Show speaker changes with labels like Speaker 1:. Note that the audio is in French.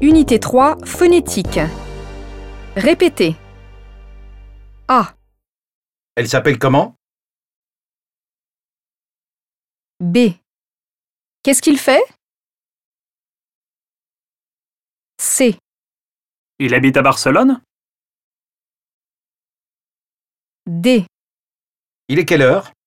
Speaker 1: Unité 3, phonétique. Répétez. A,
Speaker 2: Elle s'appelle comment
Speaker 1: B. Qu'est-ce qu'il fait C,
Speaker 3: Il habite à Barcelone
Speaker 1: D.
Speaker 2: Il est quelle heure